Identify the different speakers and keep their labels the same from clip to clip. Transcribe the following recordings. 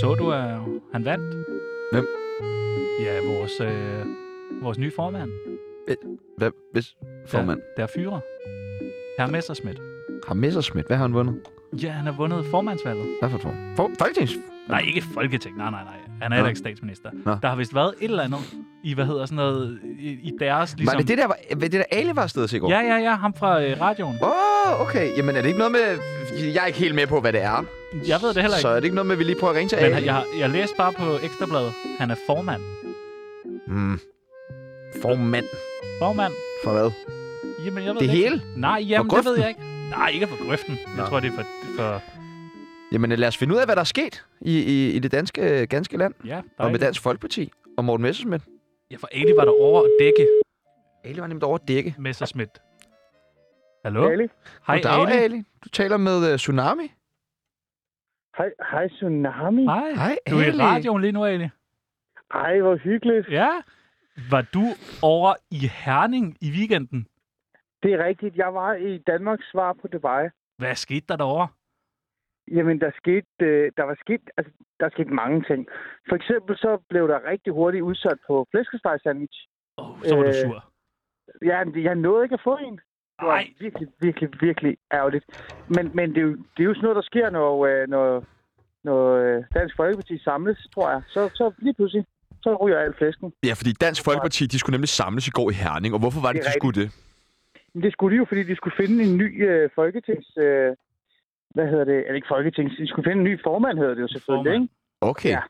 Speaker 1: Så du, at han vandt?
Speaker 2: Hvem?
Speaker 1: Ja, vores, øh, vores nye formand,
Speaker 2: Hvad, hvis formand?
Speaker 1: der, der er fyre. Herr Messerschmidt.
Speaker 2: Har Messerschmidt, hvad har han vundet?
Speaker 1: Ja, han har vundet formandsvalget.
Speaker 2: Hvad for et form? For, Folketings?
Speaker 1: Nej, ikke Folketing. Nej, nej, nej. Han er
Speaker 2: Nå.
Speaker 1: heller ikke statsminister.
Speaker 2: Nå.
Speaker 1: Der har vist været et eller andet i, hvad hedder sådan noget, i, i deres
Speaker 2: Ligesom...
Speaker 1: ligesom...
Speaker 2: Var det det der, var, var det der Ale var afsted at se i går?
Speaker 1: Ja, ja, ja. Ham fra øh, radioen.
Speaker 2: Åh, oh, okay. Jamen, er det ikke noget med... Jeg er ikke helt med på, hvad det er.
Speaker 1: Jeg ved det heller
Speaker 2: Så
Speaker 1: ikke.
Speaker 2: er det ikke noget med, at vi lige prøver at ringe til
Speaker 1: Men
Speaker 2: Ale?
Speaker 1: han- jeg, jeg læste bare på Ekstrabladet. Han er formand.
Speaker 2: Mm. Formand
Speaker 1: Formand?
Speaker 2: for hvad?
Speaker 1: Jamen, jeg ved
Speaker 2: Det
Speaker 1: ikke.
Speaker 2: hele?
Speaker 1: Nej, jamen, det
Speaker 2: grøften?
Speaker 1: ved jeg ikke. Nej, ikke for grøften. Jeg
Speaker 2: Nå.
Speaker 1: tror, det er for... for
Speaker 2: Jamen, lad os finde ud af, hvad der er sket i, i, i det danske, ganske land.
Speaker 1: ja,
Speaker 2: Og med
Speaker 1: dejligt.
Speaker 2: Dansk Folkeparti og Morten Messerschmidt.
Speaker 1: Ja, for Ali var der over at dække
Speaker 2: Ale var nemt over at dække.
Speaker 1: Messerschmidt. Hallo?
Speaker 3: Ali.
Speaker 1: Hej,
Speaker 2: Goddag,
Speaker 1: Ali.
Speaker 2: Ali. Du taler med uh, Tsunami.
Speaker 3: Hej, hej Tsunami.
Speaker 1: Hej.
Speaker 2: Hej,
Speaker 1: Du er i
Speaker 2: Ali.
Speaker 1: radioen lige nu, Ali.
Speaker 3: Hej, hvor hyggeligt.
Speaker 1: Ja. Var du over i Herning i weekenden?
Speaker 3: Det er rigtigt. Jeg var i Danmarks svar på Dubai.
Speaker 1: Hvad skete der derovre?
Speaker 3: Jamen, der skete, øh, der var sket, altså, der skete mange ting. For eksempel så blev der rigtig hurtigt udsat på flæskesteg sandwich.
Speaker 1: Åh, oh, så var du
Speaker 3: Øh,
Speaker 1: sur.
Speaker 3: Jeg, jeg nåede ikke at få en. Det var
Speaker 1: Nej.
Speaker 3: virkelig, virkelig, virkelig ærgerligt. Men, men det, er jo, det er jo sådan noget, der sker, når, øh, når, når øh, Dansk Folkeparti samles, tror jeg. Så, så lige pludselig, så ryger alt flæsken.
Speaker 4: Ja, fordi Dansk Folkeparti, de skulle nemlig samles i går i Herning, og hvorfor var det,
Speaker 3: Det
Speaker 4: de
Speaker 3: er
Speaker 4: skulle det?
Speaker 3: Men det skulle de jo, fordi de skulle finde en ny øh, folketings... Øh, hvad hedder det? Eller ikke folketings... De skulle finde en ny formand, hedder det jo selvfølgelig,
Speaker 1: Formand.
Speaker 3: ikke?
Speaker 2: Okay.
Speaker 3: Ja.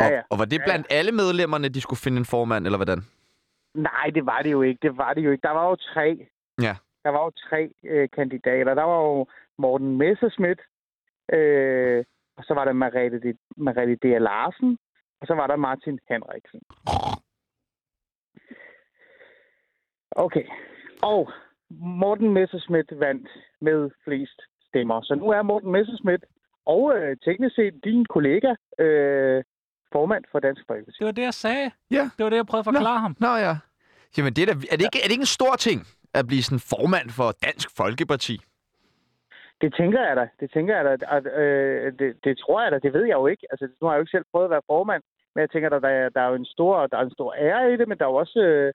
Speaker 3: Ja, ja.
Speaker 2: Og, og var det
Speaker 3: Ja,
Speaker 2: blandt alle medlemmerne, de skulle finde en formand, eller hvordan?
Speaker 3: Nej, det var det jo ikke. Det var det jo ikke. Der var jo tre.
Speaker 2: Ja.
Speaker 3: Der var jo tre øh, kandidater. Der var jo Morten Messerschmidt, øh, og så var der Margrethe, D- Margrethe D. Larsen, og så var der Martin Henriksen. Okay. Og Morten Messerschmidt vandt med flest stemmer. Så nu er Morten Messerschmidt og øh, teknisk set din kollega øh, formand for Dansk Folkeparti.
Speaker 1: Det var det, jeg sagde.
Speaker 2: Ja.
Speaker 1: Det var det, jeg prøvede at forklare ham.
Speaker 2: Nå ja. Jamen, det er, da, er, det ikke, er det ikke en stor ting at blive sådan formand for Dansk Folkeparti?
Speaker 3: Det tænker jeg da. Det tænker jeg da. Og, øh, det, det tror jeg da. Det ved jeg jo ikke. Altså, nu har jeg jo ikke selv prøvet at være formand. Men jeg tænker, der, der, er- der er jo en stor, der er en stor ære i det, men der er jo også øh,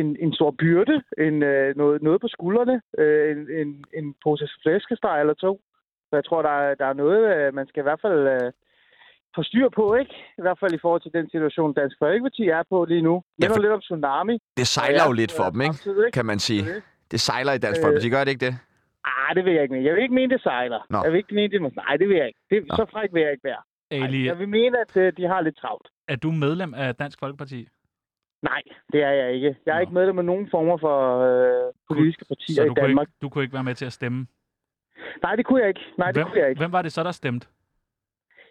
Speaker 3: en, en stor byrde, en, øh, noget, noget på skuldrene, øh, en, en, en pose flæskesteg eller to. Så jeg tror, der, er- der er noget, øh, man skal i hvert fald øh, få styr på, ikke? I hvert fald i forhold til den situation, Dansk Folkeparti er på lige nu.
Speaker 2: Ja,
Speaker 3: Jeg
Speaker 2: for-
Speaker 3: lidt om tsunami.
Speaker 2: Det sejler
Speaker 3: Og
Speaker 2: jo
Speaker 3: jeg-
Speaker 2: lidt for
Speaker 3: øh,
Speaker 2: dem, ikke?
Speaker 3: samtidig,
Speaker 2: Kan man sige.
Speaker 3: Det er det.
Speaker 2: Det sejler i Dansk
Speaker 3: Mm-hmm. Øh.
Speaker 2: Folkeparti, gør det ikke det?
Speaker 3: Ah, det vil jeg ikke mene. Jeg vil ikke mene, det sejler.
Speaker 2: Nå.
Speaker 3: Jeg vil ikke mene, det må- Nej, det vil jeg ikke. Det,
Speaker 2: Nå.
Speaker 3: så fræk vil jeg ikke være. Nej,
Speaker 1: Ali,
Speaker 3: Jeg vil mene, at øh, de har lidt travlt.
Speaker 1: er du medlem af Dansk Folkeparti?
Speaker 3: Nej, det er jeg ikke. Jeg er
Speaker 1: Nå.
Speaker 3: ikke medlem af nogen former for øh, politiske partier
Speaker 1: Så
Speaker 3: i
Speaker 1: du kunne,
Speaker 3: Danmark.
Speaker 1: ikke, du kunne ikke være med til at stemme?
Speaker 3: Ikke... Nej, det kunne jeg ikke. Nej, det
Speaker 1: hvem,
Speaker 3: kunne jeg ikke.
Speaker 1: Hvem var det så, der stemte?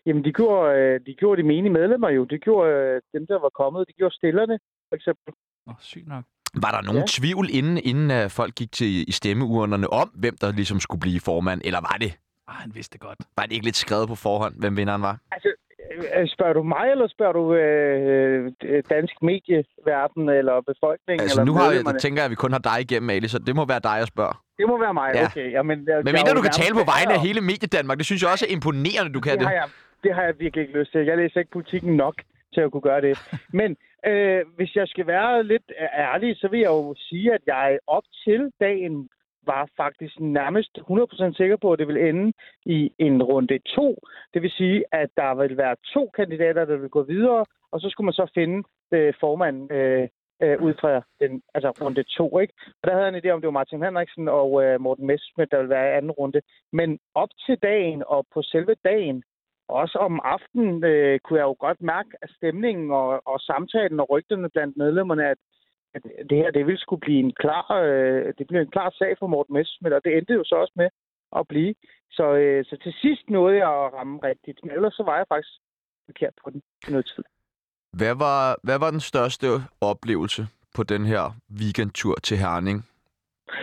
Speaker 3: Jamen, de gjorde, øh, de gjorde de menige medlemmer jo. De gjorde øh, dem, der var kommet. De gjorde stillerne, for eksempel.
Speaker 1: Nå, sygt nok.
Speaker 2: Var der nogen ja.
Speaker 3: Ja.
Speaker 2: tvivl, inden, inden uh, folk gik til i stemmeurnerne om, hvem der ligesom skulle blive formand? Eller var det?
Speaker 1: Ah, han vidste det godt.
Speaker 2: Var det ikke lidt skrevet på forhånd, hvem vinderen var?
Speaker 3: Øh, øh, Spørger du mig, eller spørger du øh, øh, dansk medieverden, eller befolkningen,
Speaker 2: Altså,
Speaker 3: eller
Speaker 2: nu har jeg,
Speaker 3: medlemmerne?
Speaker 2: tænker jeg, at vi kun har dig igennem, Ali, så det må være dig, jeg spørger.
Speaker 3: Det må være mig,
Speaker 2: Ja.
Speaker 3: okay. Jamen, jeg,
Speaker 2: Men
Speaker 3: jeg er
Speaker 2: mindre
Speaker 3: jo
Speaker 2: du kan
Speaker 3: nærmest
Speaker 2: tale på vegne af
Speaker 3: forfatter.
Speaker 2: hele Mediedanmark, det synes jeg også er imponerende, du kan
Speaker 3: det
Speaker 2: det.
Speaker 3: har jeg, det har jeg virkelig ikke lyst til. Jeg læser ikke politikken nok til at kunne gøre det. Men øh, hvis jeg skal være lidt ærlig, så vil jeg jo sige, at jeg op til dagen var faktisk nærmest 100% sikker på, at det ville ende i en runde 2. Det vil sige, at der ville være to kandidater, der ville gå videre, og så skulle man så finde øh, formanden øh, øh, ud fra den, altså runde 2. Ikke? Og der havde jeg en idé om, det var Martin Henriksen og øh, Morten Messerschmidt, der ville være i anden runde. Men op til dagen og på selve dagen, også om aftenen øh, kunne jeg jo godt mærke, at stemningen og, og samtalen og rygterne blandt medlemmerne, at, at det her det ville skulle blive en klar, øh, det blev en klar sag for Morten Messerschmidt, og det endte jo så også med at blive. Så, øh, så til sidst nåede jeg at ramme rigtigt, men ellers så var jeg faktisk forkert på den i noget tid.
Speaker 2: Hvad var, hvad var den største oplevelse på den her weekendtur til Herning?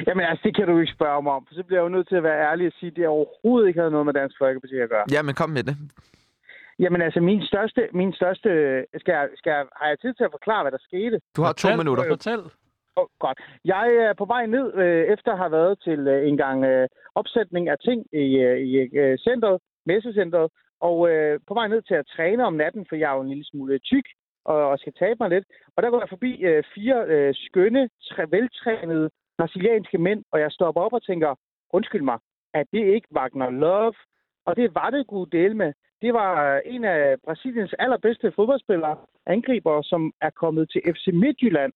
Speaker 3: Jamen altså, det kan du jo ikke spørge mig om, for så bliver jeg jo nødt til at være ærlig og sige, at det overhovedet ikke havde noget med Dansk Folkeparti at gøre.
Speaker 2: Jamen, kom med det.
Speaker 3: Jamen altså, min største, min største skal jeg, skal jeg, har jeg tid til at forklare, hvad der skete?
Speaker 2: Du har to
Speaker 1: Fortæl,
Speaker 2: minutter.
Speaker 1: Fortæl.
Speaker 3: Oh, godt. Jeg er på vej ned, øh, efter at have været til øh, en gang øh, opsætning af ting i, øh, i øh, centret, messecentret, og øh, på vej ned til at træne om natten, for jeg er jo en lille smule tyk og, og skal tabe mig lidt. Og der går jeg forbi øh, fire øh, skønne, træ, veltrænede brasilianske mænd, og jeg stopper op og tænker, undskyld mig, at det ikke Wagner Love? Og det var det gode del med. Det var øh, en af Brasiliens allerbedste fodboldspillere, angriber, som er kommet til FC Midtjylland.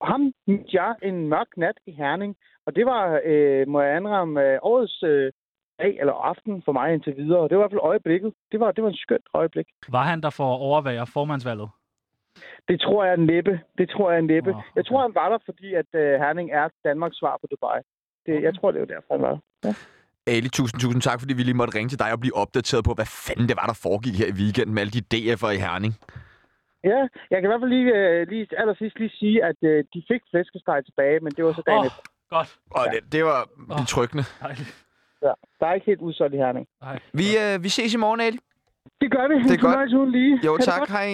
Speaker 3: Og ham mødte jeg en mørk nat i Herning, og det var, øh, må jeg anramme, øh, årets øh, dag eller aften for mig indtil videre. Det var i hvert fald øjeblikket. Det var, det var en skønt øjeblik.
Speaker 1: Var han der for at overvære formandsvalget?
Speaker 3: Det tror jeg er næppe. Det tror jeg er næppe.
Speaker 1: Nå,
Speaker 3: Oh, okay. Jeg tror, han var der, fordi at øh, Herning er Danmarks svar på Dubai. Det, Jeg tror, det var derfor, han var der.
Speaker 2: Ali, tusind, tusind tak, fordi vi lige måtte ringe til dig og blive opdateret på, hvad fanden det var, der foregik her i weekenden med alle de DF'er i Herning.
Speaker 3: Ja, jeg kan i hvert fald lige, øh, lige allersidst lige sige, at øh, de fik flæskesteg tilbage, men det var så dagen
Speaker 1: Åh,
Speaker 3: oh.
Speaker 1: oh, godt.
Speaker 2: Og
Speaker 3: Ja.
Speaker 2: det, det var
Speaker 1: Åh.
Speaker 2: betryggende.
Speaker 1: Dejligt.
Speaker 3: efter. Der er ikke helt udsolgt i Herning.
Speaker 1: Ej.
Speaker 2: Vi, øh, vi ses i morgen, Ali.
Speaker 3: Det gør vi.
Speaker 2: Det er godt.
Speaker 3: Fornøjelse uden lige.
Speaker 2: Jo,
Speaker 3: Ha' det
Speaker 2: tak.
Speaker 3: godt.
Speaker 2: Hej.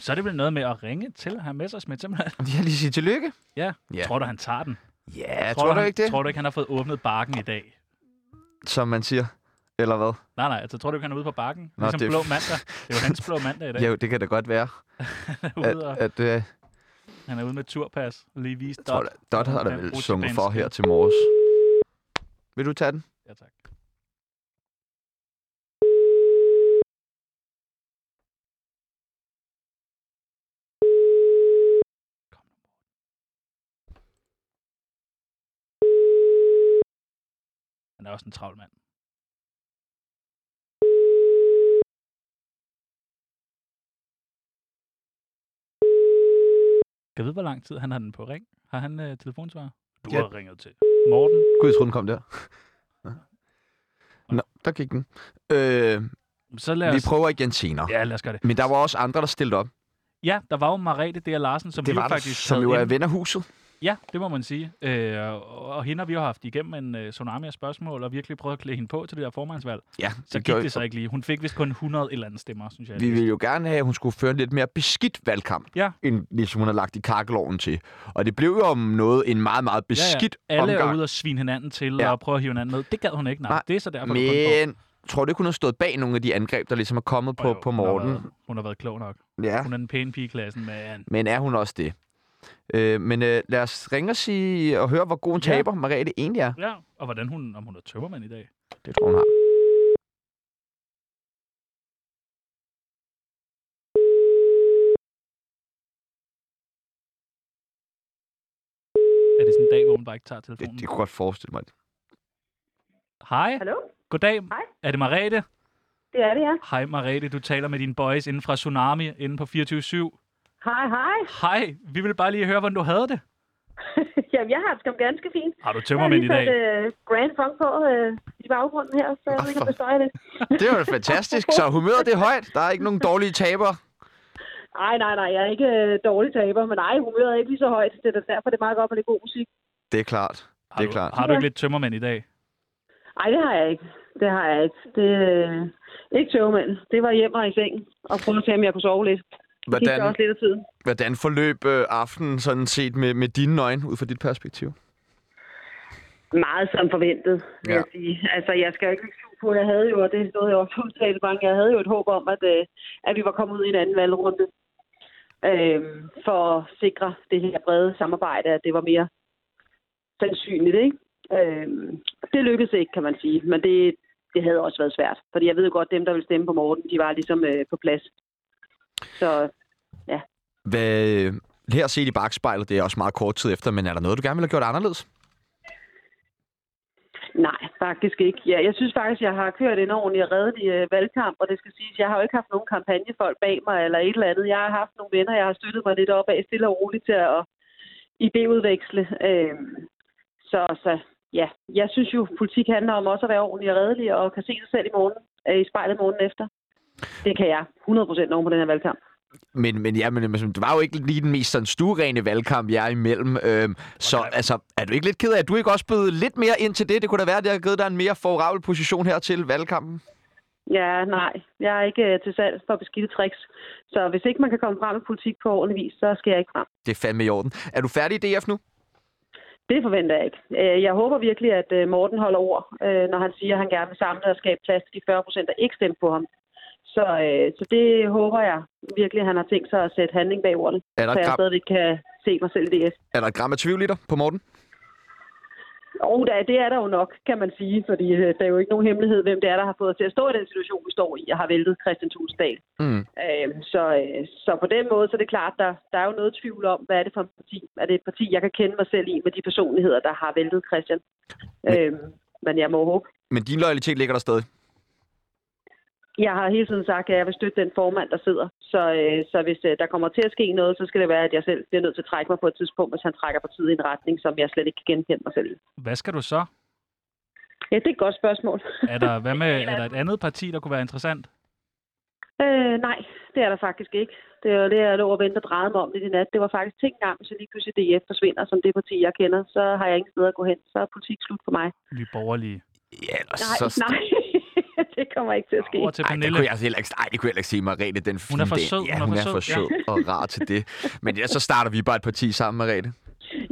Speaker 1: Så er det vel noget med at ringe til herr Messersmith, simpelthen.
Speaker 2: Jeg lige sige tillykke.
Speaker 1: Ja.
Speaker 2: Ja.
Speaker 1: ja. Tror du, han tager den?
Speaker 2: Ja, tror, du
Speaker 1: han,
Speaker 2: ikke det?
Speaker 1: Tror du ikke, han har fået åbnet barken i dag?
Speaker 2: Som man siger. Eller hvad?
Speaker 1: Nej, nej, altså tror du ikke, han er ude på bakken?
Speaker 2: Nå,
Speaker 1: ligesom
Speaker 2: det-
Speaker 1: blå mandag. Det er jo hans blå mandag i dag.
Speaker 2: Ja, jo, det kan da godt være,
Speaker 1: han, er
Speaker 2: at,
Speaker 1: ude og,
Speaker 2: at øh,
Speaker 1: han er ude med turpas. Lige vise
Speaker 2: tror, da, Dot har da
Speaker 1: Han
Speaker 2: vel
Speaker 1: bruger
Speaker 2: sunget
Speaker 1: sit
Speaker 2: for
Speaker 1: bandskill.
Speaker 2: her til morges. Vil du tage den?
Speaker 1: Ja, tak. Han er også en travl mand. Kan jeg vide, hvor lang tid han har den på ring? Har han øh, telefonsvarer? Du
Speaker 2: Ja.
Speaker 1: har ringet til. Morten?
Speaker 2: Gud, jeg troede, den kom der. Nå, der gik den. Øh,
Speaker 1: Så lad
Speaker 2: vi
Speaker 1: os...
Speaker 2: prøver igen senere.
Speaker 1: Ja, lad os gøre det.
Speaker 2: Men der var også andre, der stillede op.
Speaker 1: Ja, der var jo Marete D. Larsen, som
Speaker 2: Det
Speaker 1: vi
Speaker 2: var
Speaker 1: jo
Speaker 2: der,
Speaker 1: faktisk
Speaker 2: som
Speaker 1: havde
Speaker 2: jo er
Speaker 1: inde.
Speaker 2: ven af huset.
Speaker 1: Ja, det må man sige. Øh, og, og hende har vi jo haft igennem en øh, tsunami af spørgsmål, og virkelig prøvet at klæde hende på til det der formandsvalg.
Speaker 2: Ja,
Speaker 1: Så det gik det så ikke lige. Hun fik vist kun 100 et eller andet stemmer, synes jeg.
Speaker 2: Vi ville jo gerne have, at hun skulle føre en lidt mere beskidt valgkamp,
Speaker 1: Ja.
Speaker 2: end ligesom hun har lagt i kakkeloven til. Og det blev jo om noget en meget, meget beskidt
Speaker 1: ja, ja. Alle
Speaker 2: omgang.
Speaker 1: er ude og svine hinanden til
Speaker 2: Ja.
Speaker 1: ja. og prøve at hive hinanden ned. Det gad hun ikke. Nej,
Speaker 2: Nej,
Speaker 1: Nej. det er så derfor, det kun
Speaker 2: Men tror du ikke, hun har stået bag nogle af de angreb, der ligesom er kommet
Speaker 1: går. Og
Speaker 2: på,
Speaker 1: jo,
Speaker 2: på
Speaker 1: Hun
Speaker 2: Morten?
Speaker 1: har, været, hun har været klog nok.
Speaker 2: Ja,
Speaker 1: Hun er den pæne pige i klassen, men
Speaker 2: men er hun også det? Øh, men øh, lad os ringe og, sige, og høre, hvor god en
Speaker 1: Ja.
Speaker 2: taber Mariette egentlig er.
Speaker 1: ja. Og hvordan hun, om hun er tømmermand i dag.
Speaker 2: Det tror jeg, hun har.
Speaker 1: Er det sådan en dag, hvor hun bare ikke tager
Speaker 2: Det,
Speaker 1: telefonen?
Speaker 2: det kunne jeg godt forestille mig.
Speaker 1: Hej.
Speaker 5: Hallo?
Speaker 1: Goddag.
Speaker 5: Hej.
Speaker 1: Er det Marete?
Speaker 5: Det er det, ja.
Speaker 1: Hej Marete, du taler med dine boys inden fra Tsunami inden på 24-7.
Speaker 5: Hej, hej.
Speaker 1: Hej, vi vil bare lige høre, hvordan du havde det.
Speaker 5: Jamen, jeg har det skam ganske fint.
Speaker 1: Har du
Speaker 5: Jeg har
Speaker 1: tømmermænd i
Speaker 5: lige
Speaker 1: dag?
Speaker 5: sat uh, Grand Funk på uh, i baggrunden her, så jeg ved ikke, om det støjer det.
Speaker 2: Det var da fantastisk. Så humøret det er højt. Der er ikke nogen dårlige tabere.
Speaker 5: Nej, nej, nej, jeg er ikke øh, dårlig taber, men nej, humøret er ikke lige så højt. Det er da derfor, det er meget godt med lidt god musik.
Speaker 2: Det er klart.
Speaker 1: Har
Speaker 2: Det er
Speaker 1: du,
Speaker 2: klart.
Speaker 1: har du ikke lidt tømmermænd i dag?
Speaker 5: Nej, det har jeg ikke. Det har jeg ikke. Det, øh, ikke tøvmænd. Det var hjem og i seng og prøve at se, om jeg kunne sove lidt. Det gik der
Speaker 2: Hvordan,
Speaker 5: også lidt af tiden.
Speaker 2: hvordan forløb øh, aftenen sådan set med, med dine øjne, ud fra dit perspektiv?
Speaker 5: Meget som forventet, vil
Speaker 2: Ja.
Speaker 5: ja. jeg sige. Altså, jeg skal jo ikke lægge skjul på, jeg havde jo, og det er noget, jeg også udtalte mange, jeg havde jo et håb om, at, øh, at vi var kommet ud i en anden valgrunde øh, for at sikre det her brede samarbejde, at det var mere sandsynligt, ikke? Øh, det lykkedes ikke, kan man sige, men det, det havde også været svært, fordi jeg ved jo godt, dem, der ville stemme på Morten, de var ligesom øh, på plads. Så
Speaker 2: Hvad, øh, her set i bagspejlet, det er også meget kort tid efter, men er der noget, du gerne ville have gjort anderledes?
Speaker 5: Nej, faktisk ikke. Ja, jeg synes faktisk, jeg har kørt en ordentlig og redelig øh, valgkamp, og det skal siges, jeg har jo ikke haft nogen kampagnefolk bag mig eller et eller andet. Jeg har haft nogle venner, jeg har støttet mig lidt op af stille og roligt til at idéudveksle. Øh, så, så ja, jeg synes jo, politik handler om også at være ordentlig og redelig og kan se sig selv i morgen, øh, i spejlet morgen efter. Det kan jeg 100% oven på den her valgkamp.
Speaker 2: Men, men, ja, men men det var jo ikke lige den mest sådan stuerene valgkamp, jeg er imellem. Øhm, så altså, er du ikke lidt ked af, at du ikke også bød lidt mere ind til det? Det kunne da være, at det har givet dig en mere favorabel position her til valgkampen.
Speaker 5: Ja, nej. Jeg er ikke øh, til salg for beskidte tricks. Så hvis ikke man kan komme frem med politik på ordentlig vis, så skal jeg ikke frem.
Speaker 2: Det er fandme i orden. Er du færdig i DF nu?
Speaker 5: Det forventer jeg ikke. Øh, Jeg håber virkelig, at øh, Morten holder ord, øh, når han siger, at han gerne vil samle og skabe plads til de 40 procent, der ikke stemte på ham. Så, øh, så det håber jeg virkelig, at han har tænkt sig at sætte handling bag ordene,
Speaker 2: Er der, et
Speaker 5: så jeg
Speaker 2: gram,
Speaker 5: stadigvæk kan se mig selv i DF.
Speaker 2: er der et gram af tvivl i dig på Morten?
Speaker 5: Og der, det er der jo nok, kan man sige, fordi øh, der er jo ikke nogen hemmelighed, hvem det er, der har fået os til at stå i den situation, vi står i, og har væltet Christian Tulsdal.
Speaker 2: Mm.
Speaker 5: Øh, så, øh, så på den måde, så er det klart, der, der er jo noget tvivl om, hvad er det for et parti? Er det et parti, jeg kan kende mig selv i med de personligheder, der har væltet Christian?
Speaker 2: Men-
Speaker 5: Øh, men jeg må håbe.
Speaker 2: Men din loyalitet ligger der stadig.
Speaker 5: Jeg har hele tiden sagt, at jeg vil støtte den formand, der sidder. Så, øh, så hvis øh, der kommer til at ske noget, så skal det være, at jeg selv bliver nødt til at trække mig på et tidspunkt, hvis han trækker partiet i en retning, som jeg slet ikke kan genkende mig selv i.
Speaker 1: Hvad skal du så?
Speaker 5: Ja, det er et godt spørgsmål.
Speaker 1: Er der, hvad med, er der et andet parti, der kunne være interessant?
Speaker 5: Øh, nej, det er der faktisk ikke. Det er jo det, jeg lå og vente og drejede mig om lidt i nat. Det var faktisk ting gang, hvis jeg lige pludselig DF forsvinder, som det parti, jeg kender, så har jeg ingen steder at gå hen. Så er politik slut for mig.
Speaker 1: Nye borgerlige.
Speaker 2: Ja, eller
Speaker 5: Nej,
Speaker 2: så...
Speaker 5: nej. det kommer ikke til at ske.
Speaker 1: Over til
Speaker 2: Ej, det
Speaker 1: Pernille.
Speaker 2: kunne jeg altså heller ikke, ej, det kunne jeg heller ikke sige Margrethe, den fine
Speaker 1: for
Speaker 2: dag.
Speaker 1: sød,
Speaker 2: Ja, hun, er for sød ja. og rar til det. Men ja, så starter vi bare et parti sammen, Margrethe.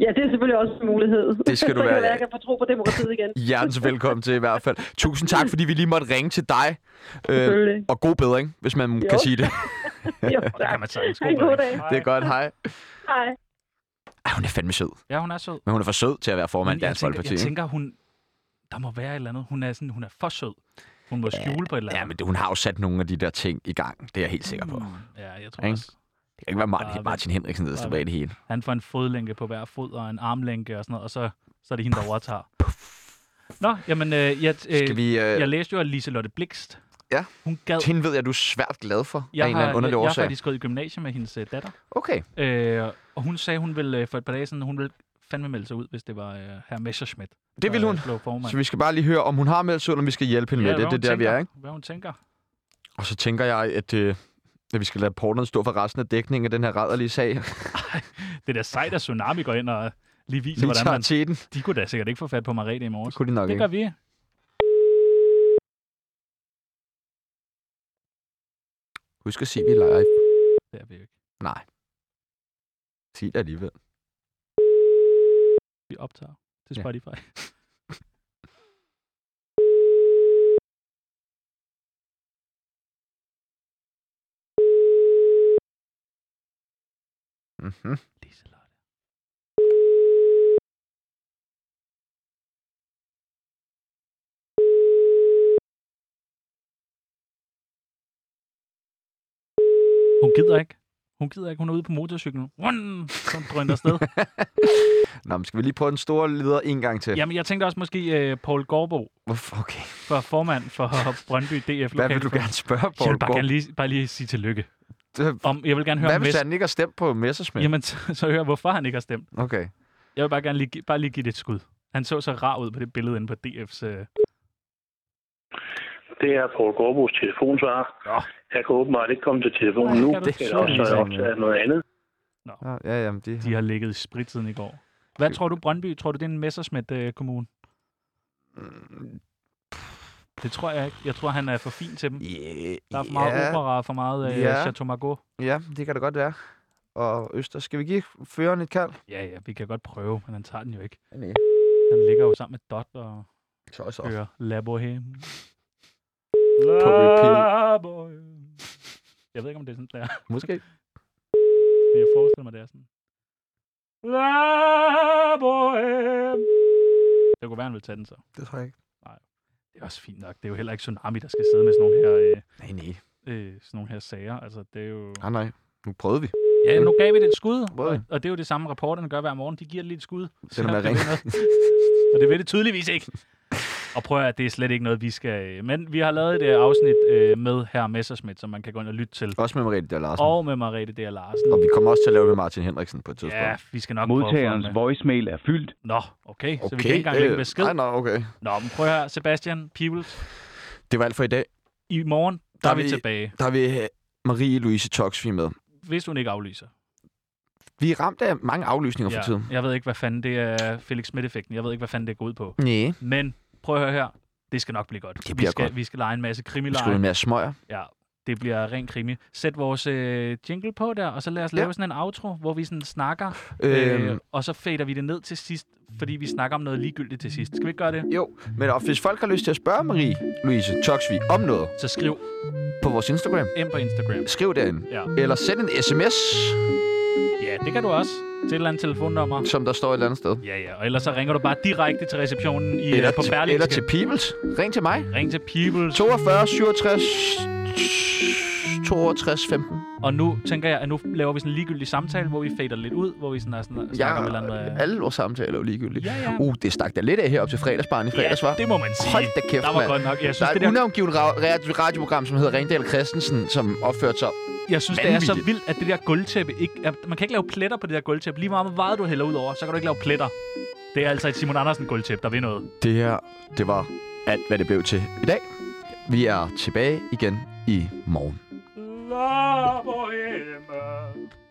Speaker 5: Ja, det er selvfølgelig også en mulighed.
Speaker 2: Det skal du
Speaker 5: så
Speaker 2: være,
Speaker 5: kan være,
Speaker 2: ja.
Speaker 5: jeg kan få tro på demokratiet igen.
Speaker 2: Hjertens velkommen til i hvert fald. Tusind tak, fordi vi lige måtte ringe til dig. Øh,
Speaker 5: Selvfølgelig.
Speaker 2: og god bedring, hvis man jo.
Speaker 5: Jo.
Speaker 2: kan sige det.
Speaker 5: Jo,
Speaker 1: Det
Speaker 5: tak.
Speaker 1: kan man sagtens.
Speaker 5: Ha' en god dag.
Speaker 1: Hej.
Speaker 2: Det er godt, hej.
Speaker 5: Hej.
Speaker 2: Ej, hun er fandme sød.
Speaker 1: Ja, hun er sød.
Speaker 2: Men hun er for sød til at være formand i
Speaker 1: jeg,
Speaker 2: Dansk
Speaker 1: tænker,
Speaker 2: Folkeparti.
Speaker 1: jeg
Speaker 2: ikke?
Speaker 1: tænker, hun... Der må være et eller andet. Hun er, sådan, hun er for sød. Hun må skjule på et eller
Speaker 2: Ja,
Speaker 1: andet.
Speaker 2: men det- hun har jo sat nogle af de der ting i gang. Det er jeg helt sikker på. Det
Speaker 1: Ja, jeg tror
Speaker 2: Ikke?
Speaker 1: også.
Speaker 2: kan ikke være
Speaker 1: Mm. Bare
Speaker 2: Martin,
Speaker 1: vent.
Speaker 2: Martin Henriksen, der står
Speaker 1: Bare
Speaker 2: bag det hele.
Speaker 1: Han får en fodlænke på hver fod og en armlænke og sådan noget, og så, så er det hende, der overtager. Nå, jamen, øh, jeg, øh,
Speaker 2: Skal vi... Øh,
Speaker 1: jeg læste jo, at Liselotte Blikst,
Speaker 2: Ja.
Speaker 1: hun gad...
Speaker 2: hende ved jeg, du er svært glad for, af en
Speaker 1: Jeg
Speaker 2: eller anden
Speaker 1: har,
Speaker 2: underlig
Speaker 1: jeg har
Speaker 2: årsag.
Speaker 1: faktisk gået i gymnasiet med hendes øh, datter,
Speaker 2: Okay.
Speaker 1: øh, og hun sagde, hun ville øh, for et par dage siden, hun ville fandme melde sig ud, hvis det var øh, herr Messerschmidt. øh,
Speaker 2: Det ville hun. Så vi skal bare lige høre, om hun har meldt sig, eller om vi skal hjælpe hende med det. Det er der, vi er, ikke?
Speaker 1: oh Hvad hun tænker.
Speaker 2: Og så tænker jeg, at, øh, at vi skal lade porterne stå for resten af dækningen af den her rædderlige sag.
Speaker 1: Det der sejt, at Tsunami går ind og lige viser,
Speaker 2: Lige
Speaker 1: hvordan
Speaker 2: tager
Speaker 1: man...
Speaker 2: til den.
Speaker 1: De kunne da sikkert ikke få fat på Marete i morges.
Speaker 2: Kunne de nok
Speaker 1: Det
Speaker 2: ikke.
Speaker 1: gør vi.
Speaker 2: Husk at sige, vi er live.
Speaker 1: Det er vi jo ikke.
Speaker 2: Nej. Sig det alligevel.
Speaker 1: Vi optager til
Speaker 2: Ja.
Speaker 1: Spotify.
Speaker 2: Mm-hmm.
Speaker 1: Liselotte. Hun gider ikke. Hun gider ikke. Hun er ude på motorcyklen. Run! Så hun drønter afsted.
Speaker 2: Nå, men skal vi lige prøve den store leder en gang til?
Speaker 1: Jamen, jeg tænkte også måske uh, Paul Gorbo,
Speaker 2: Hvorfor? Okay.
Speaker 1: for formand for Brøndby DF.
Speaker 2: Hvad vil du gerne spørge,
Speaker 1: Jeg
Speaker 2: Poul
Speaker 1: vil bare, gerne lige, bare lige sige tillykke.
Speaker 2: Gorm?
Speaker 1: Om, jeg vil gerne høre,
Speaker 2: Hvad
Speaker 1: om
Speaker 2: hvis
Speaker 1: Mess-
Speaker 2: han ikke har stemt på Messerschmidt?
Speaker 1: Jamen, så, så hør, hvorfor han ikke har stemt.
Speaker 2: Okay.
Speaker 1: Jeg vil bare gerne lige, gi- bare lige give det et skud. Han så så rar ud på det billede inde på DF's... Øh,
Speaker 6: Det er Poul Gårdbos telefonsvarer.
Speaker 2: Nå.
Speaker 6: Jeg kan åbenbart ikke komme til telefonen
Speaker 1: Nej,
Speaker 6: nu.
Speaker 1: kan du
Speaker 6: Eller også øh,
Speaker 2: sige.
Speaker 6: er jeg optaget af noget andet.
Speaker 2: Nå, Ja, jamen, de...
Speaker 1: de har ligget i sprittiden i går. Hvad tror du, Brøndby? Tror du, det er en øh, Messerschmidt-kommune?
Speaker 2: Mm.
Speaker 1: Det tror jeg ikke. Jeg tror, han er for fin til dem.
Speaker 2: Yeah,
Speaker 1: Der er for meget
Speaker 2: ja,
Speaker 1: opera og for meget øh,
Speaker 2: Ja.
Speaker 1: Chateau Margaux.
Speaker 2: ja, det kan det godt være. Og Øster, skal vi give føreren et kald?
Speaker 1: Ja, ja, vi kan godt prøve, men han tager den jo ikke.
Speaker 2: Nej.
Speaker 1: Han ligger jo sammen med Dot og
Speaker 2: Så så.
Speaker 1: hører Labohem.
Speaker 2: repeat.
Speaker 1: Labohem. Jeg ved ikke, om det er sådan, der.
Speaker 2: Måske.
Speaker 1: Men jeg forestiller mig, det er sådan. La Bohème. Det kunne være, han ville tage den så.
Speaker 2: Det tror jeg ikke.
Speaker 1: Det er også fint nok. Det er jo heller ikke Tsunami, der skal sidde med sådan nogle her, øh,
Speaker 2: Nej, nej.
Speaker 1: øh, sådan nogle her sager. Altså, det er jo...
Speaker 2: Nej, nej. Nu prøvede vi.
Speaker 1: Ja, nu gav vi det et skud,
Speaker 2: Prøvede
Speaker 1: og,
Speaker 2: vi.
Speaker 1: og det er jo det samme, rapporterne gør hver morgen. De giver det lige et skud.
Speaker 2: Det er med at
Speaker 1: det
Speaker 2: ringe.
Speaker 1: ved noget. og det ved det tydeligvis ikke. Og prøv at høre, det er slet ikke noget, vi skal... øh, Men vi har lavet et øh, afsnit øh, med herr Messerschmidt, som man kan gå ind og lytte til.
Speaker 2: Også med Mariette der Larsen. Og...
Speaker 1: Og med Marete D. Larsen.
Speaker 2: og vi kommer også til at lave det med Martin Henriksen på et tidspunkt.
Speaker 1: Ja, vi skal nok prøve at få ham
Speaker 7: Modtagerens
Speaker 1: med.
Speaker 7: voicemail er fyldt.
Speaker 1: Nå, okay. okay. Så vi kan ikke engang lægge
Speaker 2: øh,
Speaker 1: besked.
Speaker 2: Nej, nej, okay.
Speaker 1: Nå, men prøv at høre, Sebastian Pibels.
Speaker 2: Det var alt for i dag.
Speaker 1: I morgen, der,
Speaker 2: Der
Speaker 1: er
Speaker 2: er
Speaker 1: vi,
Speaker 2: vi-
Speaker 1: tilbage,
Speaker 2: Der vil øh, Marie-Louise Toxvi med.
Speaker 1: hvis hun ikke aflyser.
Speaker 2: Vi er ramt af mange aflysninger ja. for tiden.
Speaker 1: jeg ved ikke, hvad fanden det er Felix Schmidt-effekten. Jeg ved ikke, hvad fanden det går ud på.
Speaker 2: Nej.
Speaker 1: Men prøv at høre her. Det skal nok blive godt. vi,
Speaker 2: bliver
Speaker 1: skal,
Speaker 2: godt.
Speaker 1: vi skal lege en masse
Speaker 2: Skal du
Speaker 1: krimileje.
Speaker 2: have mere smøger?
Speaker 1: Ja, det bliver ren krimi. Sæt vores øh, jingle på der, og så lad os lave sådan en outro, hvor vi sådan snakker, øh,
Speaker 2: Øhm.
Speaker 1: og så fader vi det ned til sidst, fordi vi snakker om noget ligegyldigt til sidst. Skal vi ikke gøre det?
Speaker 2: Jo, men og hvis folk har lyst til at spørge Marie Louise Toksvig om noget
Speaker 1: Så skriv
Speaker 2: på vores Instagram,
Speaker 1: ind på Instagram.
Speaker 2: skriv derinde.
Speaker 1: Ja.
Speaker 2: Eller send en sms,
Speaker 1: ja, det kan du også. Til et eller andet telefonnummer.
Speaker 2: som der står et eller andet sted.
Speaker 1: Ja, ja. Og ellers så ringer du bare direkte til receptionen i, eller på
Speaker 2: til,
Speaker 1: Berlingske.
Speaker 2: eller til Peoples. Ring til mig.
Speaker 1: Ring til Peoples.
Speaker 2: 42 67 62 15.
Speaker 1: Og nu tænker jeg, at nu laver vi sådan en ligegyldig samtale, hvor vi fader lidt ud, hvor vi sådan er sådan, snakker øh.
Speaker 2: Ja,
Speaker 1: om et eller andet.
Speaker 2: alle vores samtaler er jo ligegyldige.
Speaker 1: Ja, ja.
Speaker 2: Uh, det stak da lidt af her op til fredagsbaren i fredags, var.
Speaker 1: det må man sige.
Speaker 2: Hold da kæft,
Speaker 1: der var
Speaker 2: mand.
Speaker 1: godt nok. Jeg synes,
Speaker 2: Der er
Speaker 1: det
Speaker 2: et
Speaker 1: der,
Speaker 2: unavngivet ra- ra- radioprogram, som hedder Rendal Christensen, som opførte sig...
Speaker 1: jeg synes, det er så
Speaker 2: vanvittigt.
Speaker 1: vildt, at det der gulvtæppe ikke... At man kan ikke lave pletter på det der gulvtæppe. Lige meget hvor meget du hælder ud over, så kan du ikke lave pletter. Det er altså et Simon Andersen gulvtæppe, der vil noget.
Speaker 2: Det her, det var alt, hvad det blev til i dag. Vi er tilbage igen i morgen.
Speaker 1: La boheme.